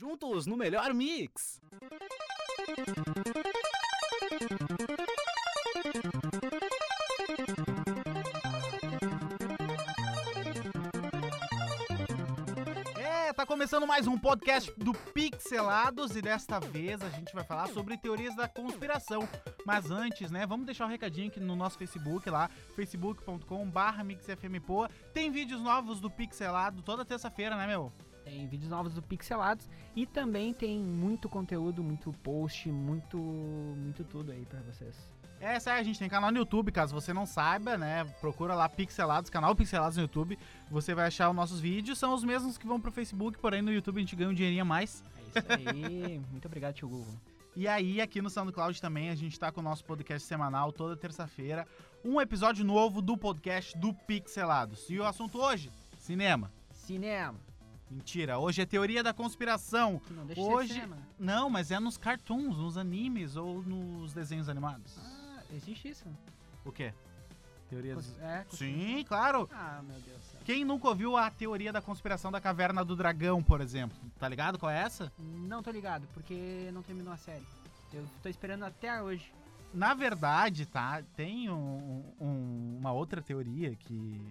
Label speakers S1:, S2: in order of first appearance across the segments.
S1: Juntos no melhor mix.
S2: É, tá começando mais um podcast do Pixelados e desta vez a gente vai falar sobre teorias da conspiração. Mas antes, né, vamos deixar um recadinho aqui no nosso Facebook lá, facebook.com.br mixfmpoa. Tem vídeos novos do Pixelado toda terça-feira, né, meu?
S3: Tem vídeos novos do Pixelados e também tem muito conteúdo, muito post, muito muito tudo aí pra vocês.
S2: É, sério, a gente tem canal no YouTube, caso você não saiba, né? Procura lá Pixelados, canal Pixelados no YouTube. Você vai achar os nossos vídeos, são os mesmos que vão pro Facebook, porém no YouTube a gente ganha um dinheirinho a mais.
S3: É isso aí. muito obrigado, tio Google.
S2: E aí, aqui no SoundCloud também, a gente tá com o nosso podcast semanal toda terça-feira. Um episódio novo do podcast do Pixelados. E o assunto hoje? Cinema.
S3: Cinema,
S2: Mentira, hoje é teoria da conspiração.
S3: que não deixa
S2: Hoje-
S3: de ser cinema.
S2: Não, mas é nos cartoons, nos animes ou nos desenhos animados.
S3: Ah, existe isso?
S2: O quê? Teoria dos...
S3: Cons- É, cons-
S2: Sim, claro.
S3: Ah, meu Deus do céu.
S2: Quem nunca ouviu a teoria da conspiração da caverna do dragão, por exemplo? Tá ligado qual é essa?
S3: Não tô ligado, porque não terminou a série. Eu tô esperando até hoje.
S2: Na verdade, tá? Tem um- um- uma outra teoria que,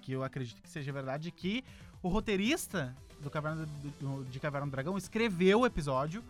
S2: que eu acredito que seja verdade, que o roteirista do Caverna do- do- de Caverna do Dragão escreveu o episódio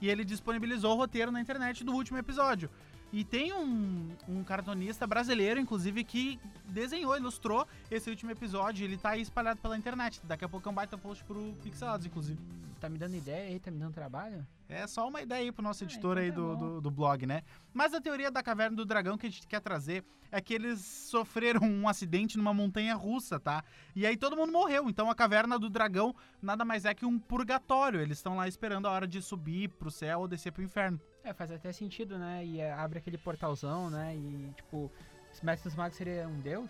S2: e ele disponibilizou o roteiro na internet do último episódio. E tem um, um cartonista brasileiro, inclusive, que desenhou, ilustrou esse último episódio. Ele tá aí espalhado pela internet. Daqui a pouco é um baita post pro Pixelados, inclusive.
S3: Tá me dando ideia aí, tá me dando trabalho?
S2: É só uma ideia aí pro nosso
S3: Ah,
S2: editor aí
S3: então
S2: do,
S3: tá bom.
S2: do, do blog, né? Mas a teoria da caverna do dragão que a gente quer trazer é que eles sofreram um acidente numa montanha russa, tá? E aí todo mundo morreu. Então a caverna do dragão nada mais é que um purgatório. Eles estão lá esperando a hora de subir pro céu ou descer pro inferno.
S3: É, faz até sentido, né? E é, abre aquele portalzão, né? E tipo, o Mestre dos Magos seria um deus?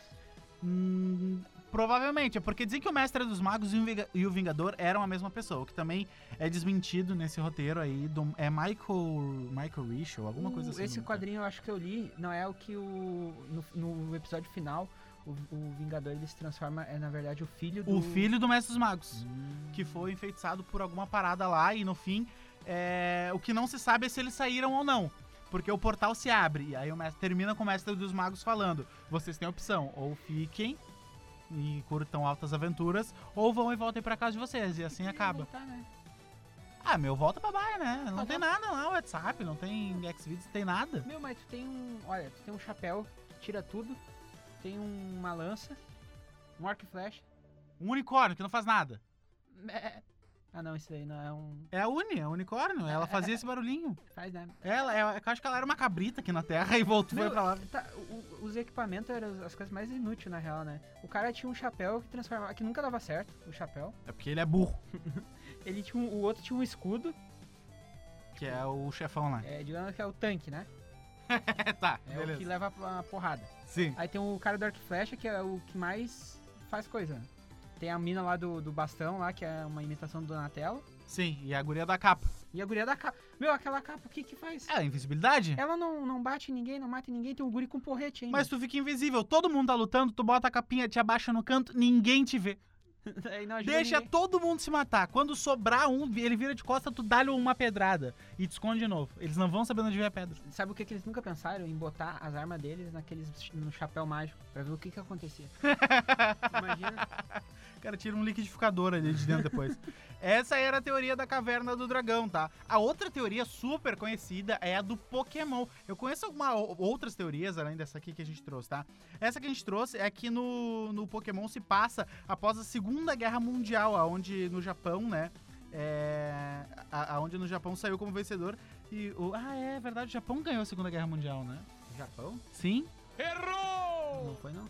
S2: Hum, provavelmente, é porque dizem que o Mestre dos Magos e o Vinga- e o Vingador eram a mesma pessoa, o que também é desmentido nesse roteiro aí. Do, é Michael, Michael Rich ou alguma
S3: O-
S2: coisa assim.
S3: Hum, Esse
S2: né?
S3: quadrinho eu acho que eu li, não é o que o. No, no episódio final, o, o Vingador ele se transforma, é na verdade o filho do.
S2: O filho do Mestre dos Magos.
S3: Hum,
S2: que foi enfeitiçado por alguma parada lá e no fim é, o que não se sabe é se eles saíram ou não. Porque o portal se abre e aí o mestre, termina com o mestre dos magos falando: vocês têm opção, ou fiquem e curtam altas aventuras, ou vão e voltem pra casa de vocês e assim
S3: e
S2: acaba.
S3: voltar, né?
S2: Ah, meu, volta pra baia, né? Não
S3: Ah,
S2: tem nada lá, WhatsApp, não tem Xvideos, não tem nada.
S3: Meu, mas tu tem um. Olha, tu tem um chapéu que tira tudo, tem um- uma lança, um arco e flecha.
S2: Um unicórnio que não faz nada.
S3: É. Ah não, isso daí não é um.
S2: É a Uni, é o unicórnio, ela fazia esse barulhinho.
S3: Faz, né?
S2: Ela, é- eu acho que ela era uma cabrita aqui na Terra e voltou
S3: Meu,
S2: foi pra lá.
S3: tá, o- o- os equipamentos eram as- as coisas mais inúteis, na real, né? O cara tinha um chapéu que transformava. que nunca dava certo, o chapéu.
S2: É porque ele é burro,
S3: Ele tinha um- o outro tinha um escudo,
S2: que é o chefão lá.
S3: é, digamos que é o tanque, né?
S2: É, tá,
S3: É o que leva a a porrada.
S2: Sim.
S3: Aí tem o cara do arco e flecha, que é o que mais faz coisa. né? Tem a mina lá do, do bastão, lá, que é uma imitação do Donatello.
S2: Sim, e a guria da capa.
S3: E a guria da capa. Meu, aquela capa, o que que faz?
S2: É, a invisibilidade?
S3: Ela não, não bate em ninguém, não mata em ninguém, tem um guri com porrete ainda.
S2: Mas tu fica invisível, todo mundo tá lutando, tu bota a capinha, te abaixa no canto, ninguém te vê.
S3: Aí não ajuda
S2: Deixa
S3: ninguém.
S2: todo mundo se matar. Quando sobrar um, ele vira de costa, tu dá-lhe uma pedrada e te esconde de novo. Eles não vão saber onde vem a pedra.
S3: Sabe o que, que eles nunca pensaram? Em botar as armas deles naqueles, ch- no chapéu mágico, pra ver o que que acontecia. Imagina.
S2: O cara tira um liquidificador ali de dentro depois. Essa era a teoria da caverna do dragão, tá? A outra teoria super conhecida é a do Pokémon. Eu conheço algumas outras teorias além dessa aqui que a gente trouxe, tá? Essa que a gente trouxe é que no, no Pokémon se passa após a Segunda Guerra Mundial, aonde no Japão, né? É, a- aonde no Japão saiu como vencedor e o ah é verdade o Japão ganhou a Segunda Guerra Mundial né
S3: Japão?
S2: sim
S3: Não foi, não.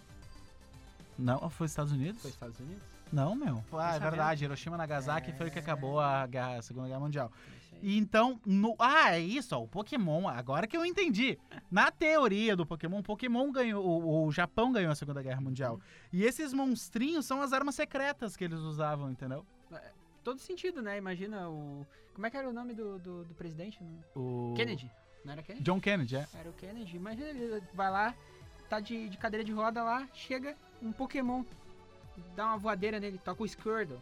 S2: não foi Estados Unidos
S3: Foi Estados Unidos.
S2: não meu É. ah é
S3: sabendo.
S2: verdade Hiroshima e Nagasaki foi o que acabou a, guerra, a Segunda Guerra Mundial
S3: Isso aí.
S2: E então, no... ah, é isso, ó, o Pokémon, agora que eu entendi. Na teoria do Pokémon, o Pokémon ganhou, o, o Japão ganhou a Segunda Guerra Mundial. E esses monstrinhos são as armas secretas que eles usavam, entendeu?
S3: Todo sentido, né? Imagina o... Como é que era o nome do, do, do presidente? né?
S2: O...
S3: Kennedy. Não era Kennedy?
S2: John Kennedy, é.
S3: Era o Kennedy. Imagina ele vai lá, tá de, de cadeira de roda lá, chega um Pokémon, dá uma voadeira nele, toca o Squirtle.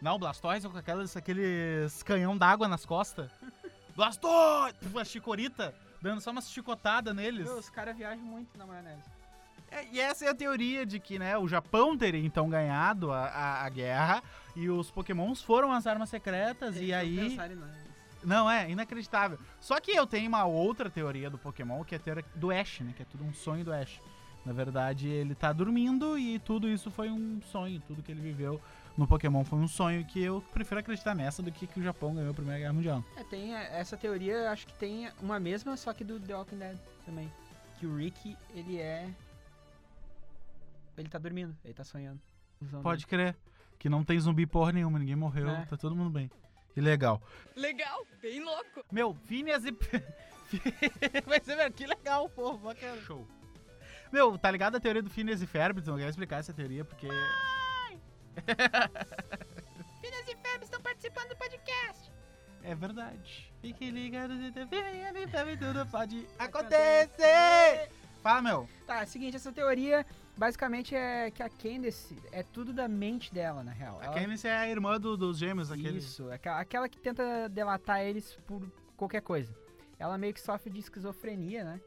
S2: Não, o Blastoise com aquelas, aqueles canhão d'água nas costas. Blastoise! Uma chicorita, dando só uma chicotada neles.
S3: Meu, os caras viajam muito na maionese.
S2: É, E essa é a teoria de que, né, o Japão teria então ganhado a, a, a guerra e os pokémons foram as armas secretas e aí... Não, é inacreditável. Só que eu tenho uma outra teoria do Pokémon, que é a teoria do Ash, né? Que é tudo um sonho do Ash. Na verdade, ele tá dormindo e tudo isso foi um sonho. Tudo que ele viveu no Pokémon foi um sonho. Que eu prefiro acreditar nessa do que que o Japão ganhou a Primeira Guerra Mundial.
S3: É, tem é, essa teoria, acho que tem uma mesma, só que do The Walking Dead também. Que o Rick, ele é. Ele tá dormindo, ele tá sonhando. Usando-
S2: Pode crer. Que não tem zumbi porra nenhuma, ninguém morreu,
S3: É.
S2: tá todo mundo bem. Que legal.
S4: Legal, bem louco.
S2: Meu, Phineas e. Mas é, meu, que legal, pô, bacana. Show. Meu, tá ligado a teoria do Phineas e Ferb? Então eu quero explicar essa teoria porque.
S4: Finas e Febs estão participando do podcast.
S2: É verdade. Fique ligado, também tudo pode acontecer. Fala, meu.
S3: Tá, é o seguinte, essa teoria basicamente é que a Candace é tudo da mente dela, na real.
S2: A
S3: Ela-
S2: Candice é a irmã do- dos gêmeos, aquele.
S3: Isso, aquela, aquela que tenta delatar eles por qualquer coisa. Ela meio que sofre de esquizofrenia, né?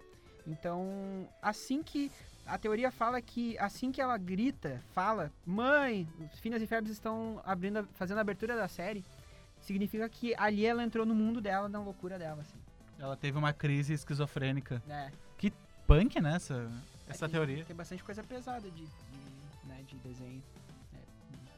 S3: Então, assim que. A teoria fala que assim que ela grita, fala, mãe, os Finas e Febres estão abrindo, a- fazendo a abertura da série, significa que ali ela entrou no mundo dela, na loucura dela, assim.
S2: Ela teve uma crise esquizofrênica.
S3: né?
S2: Punk, né? Essa, essa
S3: Tem-
S2: teoria.
S3: Tem bastante coisa pesada de, de, né, de desenho. É,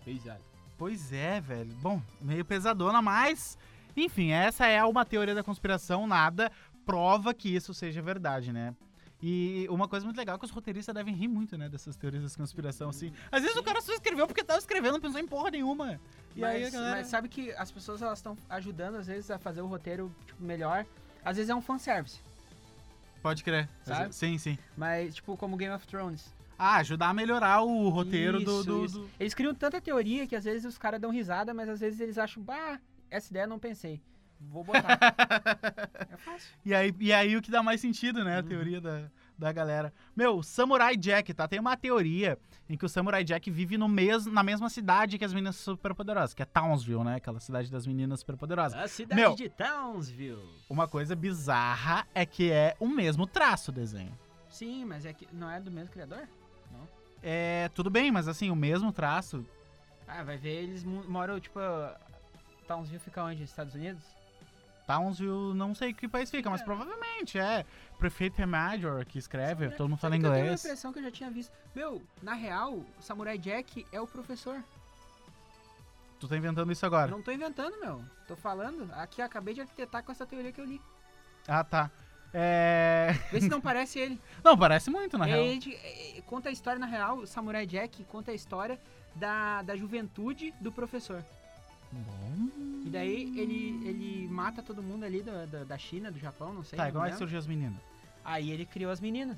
S3: pesado.
S2: Pois é, velho. Bom, meio pesadona, mas. Enfim, essa é uma teoria da conspiração, nada prova que isso seja verdade, né? E uma coisa muito legal é que os roteiristas devem rir muito, né? Dessas teorias da conspiração, assim. Às vezes o cara só escreveu porque tava escrevendo, não pensou em porra nenhuma. E
S3: mas,
S2: aí a galera...
S3: mas sabe que as pessoas elas estão ajudando às vezes a fazer o roteiro tipo, melhor. Às vezes é um fanservice,
S2: Pode crer.
S3: Sabe?
S2: Sim, sim.
S3: mas tipo como Game of Thrones.
S2: Ah, ajudar a melhorar o roteiro do-
S3: Isso,
S2: do,
S3: isso.
S2: do-
S3: Eles criam tanta teoria que às vezes os caras dão risada, mas às vezes eles acham, bah, essa ideia eu não pensei. Vou botar. é fácil.
S2: E, aí, e aí o que dá mais sentido, né? A
S3: Uhum.
S2: teoria da, da galera. Meu, Samurai Jack, tá? Tem uma teoria em que o Samurai Jack vive no mes, na mesma cidade que as meninas superpoderosas, que é Townsville, né? Aquela cidade das meninas superpoderosas.
S5: A cidade
S2: Meu.
S5: de Townsville.
S2: Uma coisa bizarra é que é o mesmo traço o desenho.
S3: Sim, mas é que não é do mesmo criador?
S2: É, tudo bem, mas assim, o mesmo traço.
S3: Ah, vai ver, eles mo- moram, tipo. Townsville fica onde? Estados Unidos?
S2: Townsville, não sei que país fica, mas provavelmente é. Prefeito é Major que escreve,
S3: Samurai-
S2: todo mundo fala
S3: Sabe que Eu tenho
S2: inglês.
S3: uma impressão que eu já tinha visto. Meu, na real, o Samurai Jack é o professor.
S2: Tu tá inventando isso agora.
S3: Não tô inventando, meu. Tô falando. Aqui eu acabei de arquitetar com essa teoria que eu li.
S2: Ah, tá. É...
S3: Vê se não parece ele.
S2: Não, parece muito, na
S3: É,
S2: real.
S3: ele- é, é, conta a história, na real, o Samurai Jack conta a história da, da juventude do professor. E daí ele, ele mata todo mundo ali da, da, da China, do Japão, não sei.
S2: Tá,
S3: não
S2: igual é que
S3: lembro.
S2: surgiu as meninas.
S3: Aí ele criou as meninas.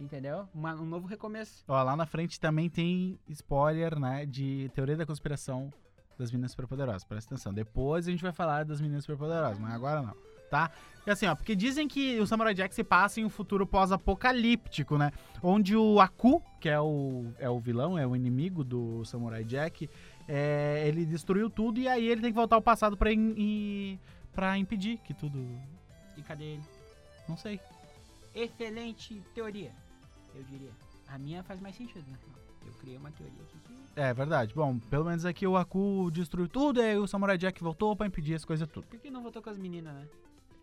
S3: Entendeu? Uma- um novo recomeço.
S2: Ó, lá na frente também tem spoiler, né, de teoria da conspiração das meninas superpoderosas. Presta atenção. Depois a gente vai falar das meninas superpoderosas, mas agora não, tá? E assim, ó, porque dizem que o Samurai Jack se passa em um futuro pós-apocalíptico, né? Onde o Aku, que é o, é o vilão, é o inimigo do Samurai Jack, é, ele destruiu tudo e aí ele tem que voltar ao passado pra, im- e- pra impedir que tudo...
S3: E cadê ele?
S2: Não sei.
S3: Excelente teoria, eu diria. A minha faz mais sentido, na real. Eu criei uma teoria aqui que.
S2: É verdade. Bom, pelo menos aqui o Aku destruiu tudo e aí o Samurai Jack voltou pra impedir as coisas tudo.
S3: Por que não voltou com as meninas, né?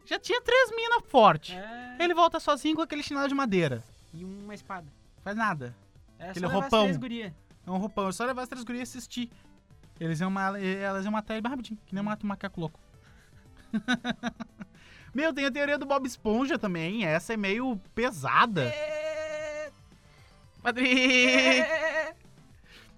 S2: Já tinha três minas fortes.
S3: É.
S2: Ele volta sozinho com aquele chinelo de madeira.
S3: E uma espada.
S2: Faz nada.
S3: É
S2: Aquele
S3: só levar as
S2: roupão.
S3: três guria.
S2: É um roupão. É só levar as três gurias e assistir. Eles iam ma- eh, elas iam matar ele bem rapidinho, que nem mata um macaco louco. Meu, tem a teoria do Bob Esponja também. Essa é meio pesada.
S3: É,
S2: Padrinho!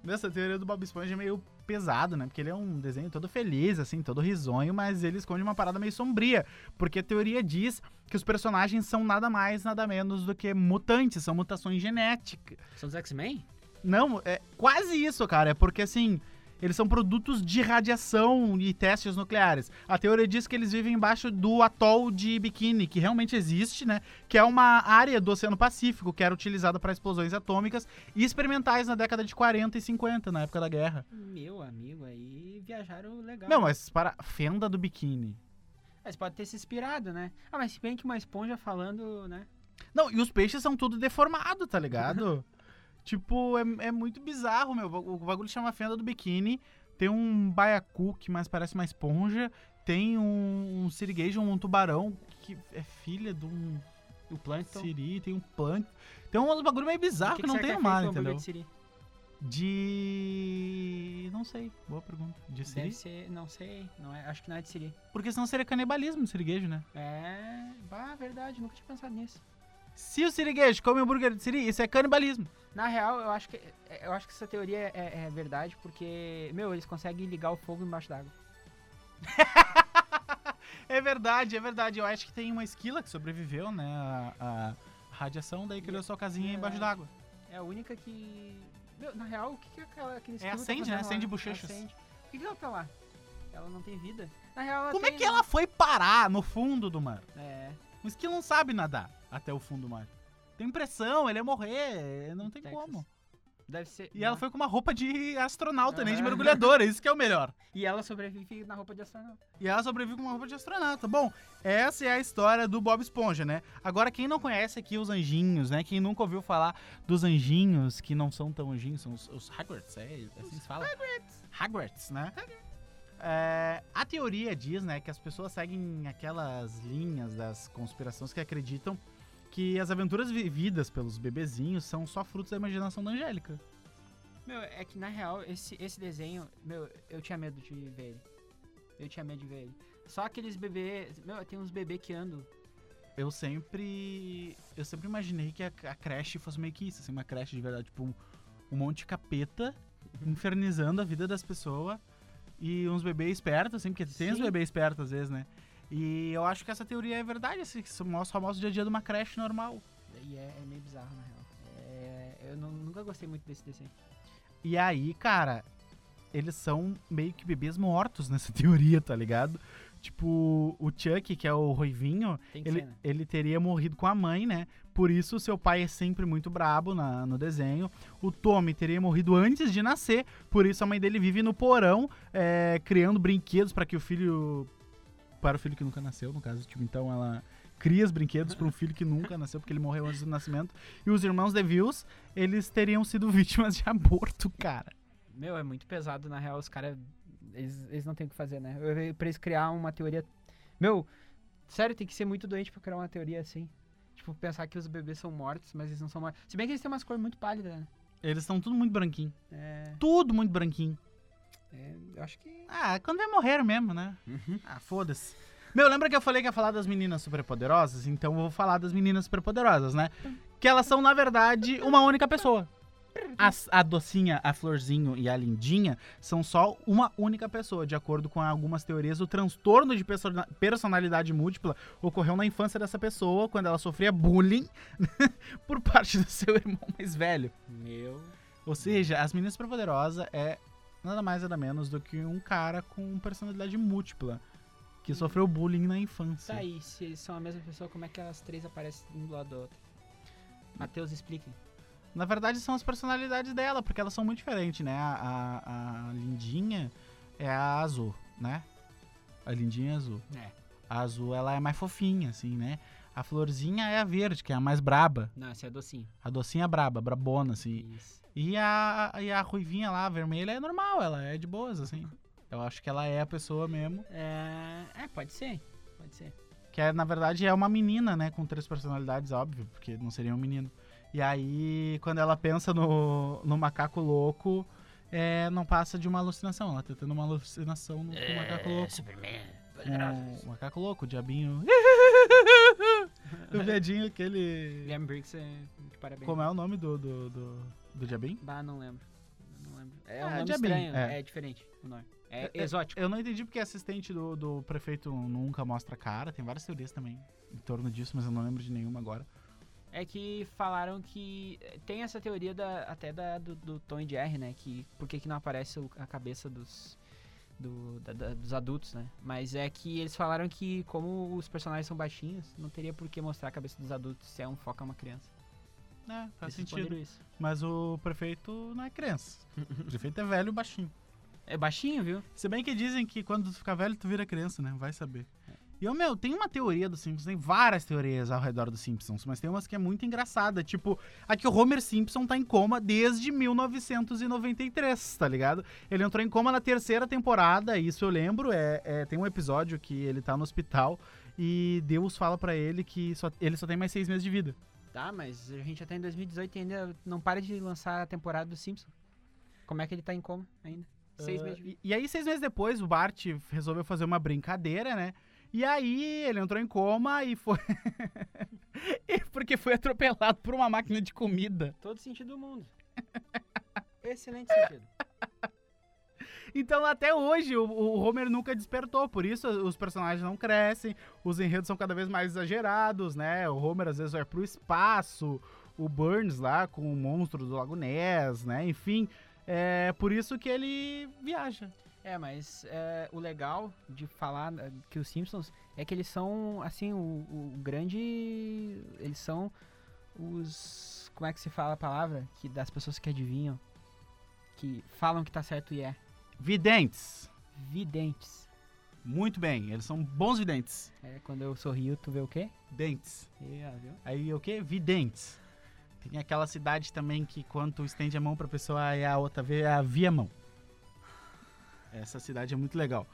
S2: Essa teoria do Bob Esponja é meio pesado, né? Porque ele é um desenho todo feliz, assim, todo risonho, mas ele esconde uma parada meio sombria. Porque a teoria diz que os personagens são nada mais, nada menos do que mutantes, são mutações genéticas.
S3: São os X-Men?
S2: Não, é quase isso, cara. É porque, assim, eles são produtos de radiação e testes nucleares. A teoria diz que eles vivem embaixo do atol de Bikini, que realmente existe, né? Que é uma área do Oceano Pacífico que era utilizada para explosões atômicas e experimentais na década de 40 e 50, na época da guerra.
S3: Meu amigo, aí viajaram legal.
S2: Não, mas para fenda do biquíni.
S3: Mas pode ter se inspirado, né? Ah, mas se bem que uma esponja falando, né?
S2: Não, e os peixes são tudo deformado, tá ligado? tipo, é, é muito bizarro, meu. O bagulho chama Fenda do Biquíni. Tem um baiacu que mais parece uma esponja. Tem um, um sirigueijo, um tubarão que é filha de um
S3: O plâncton.
S2: siri. Tem um plâncton. Tem um bagulho meio bizarro que, é não
S3: é
S2: tem no mar, entendeu? De... Não sei. Boa pergunta. De
S3: Siri? Deve
S2: siri?
S3: ser, não sei, não é, acho que não é de Siri.
S2: Porque senão seria canibalismo o sirigueijo, né?
S3: É, bah, verdade, nunca tinha pensado nisso.
S2: Se o sirigueijo come hambúrguer de siri, isso é canibalismo.
S3: Na real, eu acho que eu acho que essa teoria é, é verdade porque, meu, eles conseguem ligar o fogo embaixo d'água.
S2: É verdade, é verdade. Eu acho que tem uma esquila que sobreviveu, né? A, a radiação, daí criou sua casinha
S3: É.
S2: embaixo d'água.
S3: É a única que, meu, na real, o que que é aquela aquele
S2: É a Sandy, né? A Sandy Bochechas.
S3: Acende. Por que, que ela tá lá? Ela não tem vida. Na real, ela
S2: Como é
S3: tem- um
S2: que ela foi parar no fundo do mar?
S3: É,
S2: Um esquilo não sabe nadar até o fundo do mar. Tem pressão, ele ia morrer, não tem
S3: Texas. né?
S2: como.
S3: deve ser.
S2: E ela foi com uma roupa de astronauta, nem de
S3: Ah.
S2: mergulhadora, isso que é o melhor.
S3: E ela sobrevive na roupa de astronauta.
S2: E ela sobrevive com uma roupa de astronauta. Bom, essa é a história do Bob Esponja, né? Agora, quem não conhece aqui os anjinhos, né? Quem nunca ouviu falar dos anjinhos, que não são tão anjinhos, são os, os Hagrids, é assim se fala? Hagrids. Hagrids, né? É, a teoria diz, né, que as pessoas seguem aquelas linhas das conspirações que acreditam que as aventuras vividas pelos bebezinhos são só frutos da imaginação da Angélica.
S3: Meu, é que na real, esse, esse desenho, meu, eu tinha medo de ver ele. Eu tinha medo de ver ele. Só aqueles bebês. Meu, tem uns bebês que andam.
S2: Eu sempre. Eu sempre imaginei que a, a creche fosse meio que isso, assim, uma creche de verdade, tipo um, um monte de capeta infernizando a vida das pessoas e uns bebês espertos, assim, porque tem uns
S3: Sim.
S2: bebês espertos às vezes, né? E eu acho que essa teoria é verdade, assim, que isso mostra o famoso dia a dia de uma creche normal.
S3: E é, é meio bizarro, na real. É, eu nu- nunca gostei muito desse desenho.
S2: E aí, cara, eles são meio que bebês mortos nessa teoria, tá ligado? Tipo, o Chuck, que é o Roivinho,
S3: Tem que
S2: ele,
S3: ser, né?
S2: ele teria morrido com a mãe, né? Por isso, seu pai é sempre muito brabo na- no desenho. O Tommy teria morrido antes de nascer, por isso a mãe dele vive no porão, é, criando brinquedos para que o filho. Para o filho que nunca nasceu, no caso, tipo, então ela cria os brinquedos para um filho que nunca nasceu, porque ele morreu antes do nascimento. E os irmãos DeVilles, eles teriam sido vítimas de aborto, cara.
S3: Meu, é muito pesado, na real. Os caras.
S6: Eles, eles não têm o que fazer, né?
S3: Pra eles criar uma teoria. Meu, sério, tem que ser muito doente pra criar uma teoria assim. Tipo, pensar que os bebês são mortos, mas eles não são mortos. Se bem que eles têm umas cores muito pálidas, né?
S2: Eles estão tudo muito branquinho.
S3: É.
S2: Tudo muito branquinho.
S3: é eu acho que.
S2: Ah, quando vai morrer mesmo, né? Ah, foda-se. Meu, lembra que eu falei que ia falar das meninas superpoderosas? Então eu vou falar das meninas superpoderosas, né? Que elas são, na verdade, uma única pessoa. As- a docinha, a florzinho e a lindinha são só uma única pessoa. De acordo com algumas teorias, o transtorno de persona- personalidade múltipla ocorreu na infância dessa pessoa, quando ela sofria bullying por parte do seu irmão mais velho.
S3: Meu.
S2: Ou seja, as meninas superpoderosas é nada mais nada menos do que um cara com personalidade múltipla que sofreu bullying na infância.
S3: Tá aí, se eles são a mesma pessoa, como é que elas três aparecem um do lado do outro? Matheus, explique.
S2: Na verdade, são as personalidades dela, porque elas são muito diferentes, né? A, a- a lindinha é a azul, né? A lindinha é azul.
S3: É.
S2: A azul, ela é mais fofinha, assim, né? A florzinha é a verde, que é a mais braba.
S3: Não, esse é docinho.
S2: A docinha é braba, brabona, assim.
S3: Isso.
S2: E a, e a ruivinha lá, a vermelha, é normal, ela é de boas, assim. Eu acho que ela é a pessoa mesmo.
S3: É, é, pode ser. Pode ser.
S2: Que é, na verdade é uma menina, né? Com três personalidades, óbvio, porque não seria um menino. E aí, quando ela pensa no, no macaco louco, é, não passa de uma alucinação. Ela tá tendo uma alucinação no, com o
S3: É, Tá
S2: macaco louco. Com o macaco louco, o diabinho. o viadinho, aquele.
S3: Guilherme Briggs é de parabéns.
S2: Como é o nome do, do, do, do diabinho?
S3: Bah, não lembro. Não lembro. É,
S2: Ah,
S3: um nome
S2: de abelha,
S3: estranho,
S2: é.
S3: é. diferente o nome. É,
S2: É- é-
S3: exótico.
S2: Eu não entendi porque assistente do, do prefeito nunca mostra a cara. Tem várias teorias também em torno disso, mas eu não lembro de nenhuma agora.
S3: é que falaram que eh, tem essa teoria da, até da, do, do Tom e Jerry, né? Que por que, que não aparece o- a cabeça dos, do- da- da- dos adultos, né? Mas é que eles falaram que como os personagens são baixinhos, não teria por que mostrar a cabeça dos adultos se é um foco a uma criança.
S2: É, faz
S3: Eles
S2: sentido.
S3: responderam isso.
S2: Mas o prefeito não é criança. O prefeito é velho e baixinho.
S3: É baixinho, viu?
S2: Se bem que dizem que quando tu ficar velho, tu vira criança, né? Vai saber. E eu, meu, tem uma teoria dos Simpsons, tem várias teorias ao redor dos Simpsons, mas tem umas que é muito engraçada. Tipo, a que o Homer Simpson tá em coma desde 1993, tá ligado? Ele entrou em coma na terceira temporada, isso eu lembro. É, é- tem um episódio que ele tá no hospital e Deus fala pra ele que só- ele só tem mais seis meses de vida.
S3: Tá, mas a gente já tá em 2018 e ainda não para de lançar a temporada do Simpsons. Como é que ele tá em coma ainda? Seis
S2: Ah,
S3: meses de
S2: e, e aí, seis meses depois, o Bart resolveu fazer uma brincadeira, né? E aí, ele entrou em coma e foi. E Porque foi atropelado por uma máquina de comida.
S3: Todo sentido do mundo. Excelente sentido.
S2: Então, até hoje, o, o Homer nunca despertou. Por isso, os personagens não crescem, os enredos são cada vez mais exagerados, né? O Homer às vezes vai pro espaço, o Burns lá com o monstro do Lago Ness, né? Enfim, é por isso que ele viaja.
S3: É, mas é, o legal de falar eh, que os Simpsons é que eles são, assim, o, o grande. Eles são os. Como é que se fala a palavra? Que das pessoas que adivinham. Que falam que tá certo e é.
S2: Videntes.
S3: Videntes.
S2: Muito bem, eles são bons videntes.
S3: É, quando eu sorrio, tu vê o quê?
S2: Dentes.
S3: E, ah, viu?
S2: Aí o quê? Videntes. Tem aquela cidade também que quando tu estende a mão pra pessoa, aí a outra vê a via mão. Essa cidade é muito legal.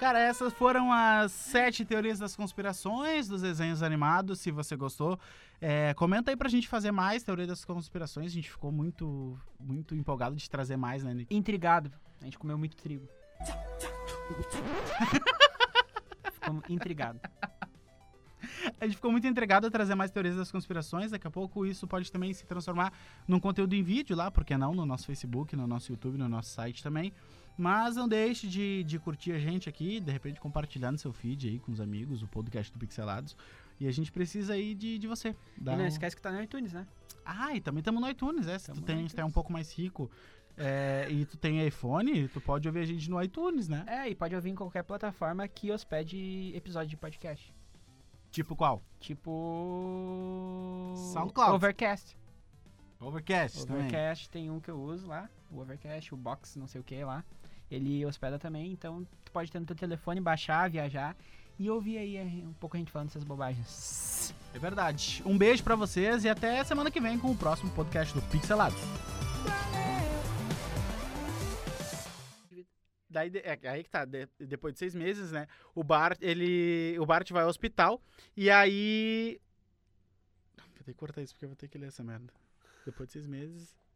S2: Cara, essas foram as sete teorias das conspirações dos desenhos animados. Se você gostou, é, comenta aí pra gente fazer mais teoria das conspirações. A gente ficou muito, muito empolgado de trazer mais, né, Nick?
S3: Intrigado. A gente comeu muito trigo. Ficamos intrigado.
S2: A gente ficou muito entregado a trazer mais teorias das conspirações. Daqui a pouco isso pode também se transformar num conteúdo em vídeo lá, porque não? No nosso Facebook, no nosso YouTube, no nosso site também. Mas não deixe de, de curtir a gente aqui, de repente compartilhar no seu feed aí com os amigos, o podcast do Pixelados. E a gente precisa aí de, de você. Dá
S3: E não
S2: um-
S3: esquece que tá no iTunes, né?
S2: Ah, e também estamos no iTunes, é. Se
S3: Tamo
S2: tu,
S3: no
S2: tem, se tu é um
S3: iTunes.
S2: pouco mais rico é, e tu tem iPhone, tu pode ouvir a gente no iTunes, né?
S3: É, e pode ouvir em qualquer plataforma que hospede episódio de podcast.
S2: Tipo qual?
S3: Tipo.
S2: SoundCloud.
S3: Overcast.
S2: Overcast, também.
S3: Overcast tem um que eu uso lá. O Overcast, o Box, não sei o que lá. Ele hospeda também, então tu pode ter no teu telefone, baixar, viajar e ouvir aí eh, um pouco a gente falando essas bobagens.
S2: É verdade. Um beijo pra vocês e até semana que vem com o próximo podcast do Pixelados. Daí, de- é, aí que tá, de- depois de seis meses, né? O Bart, ele. O Bart vai ao hospital e aí. Vou ter que cortar isso porque eu vou ter que ler essa merda. Depois de seis meses.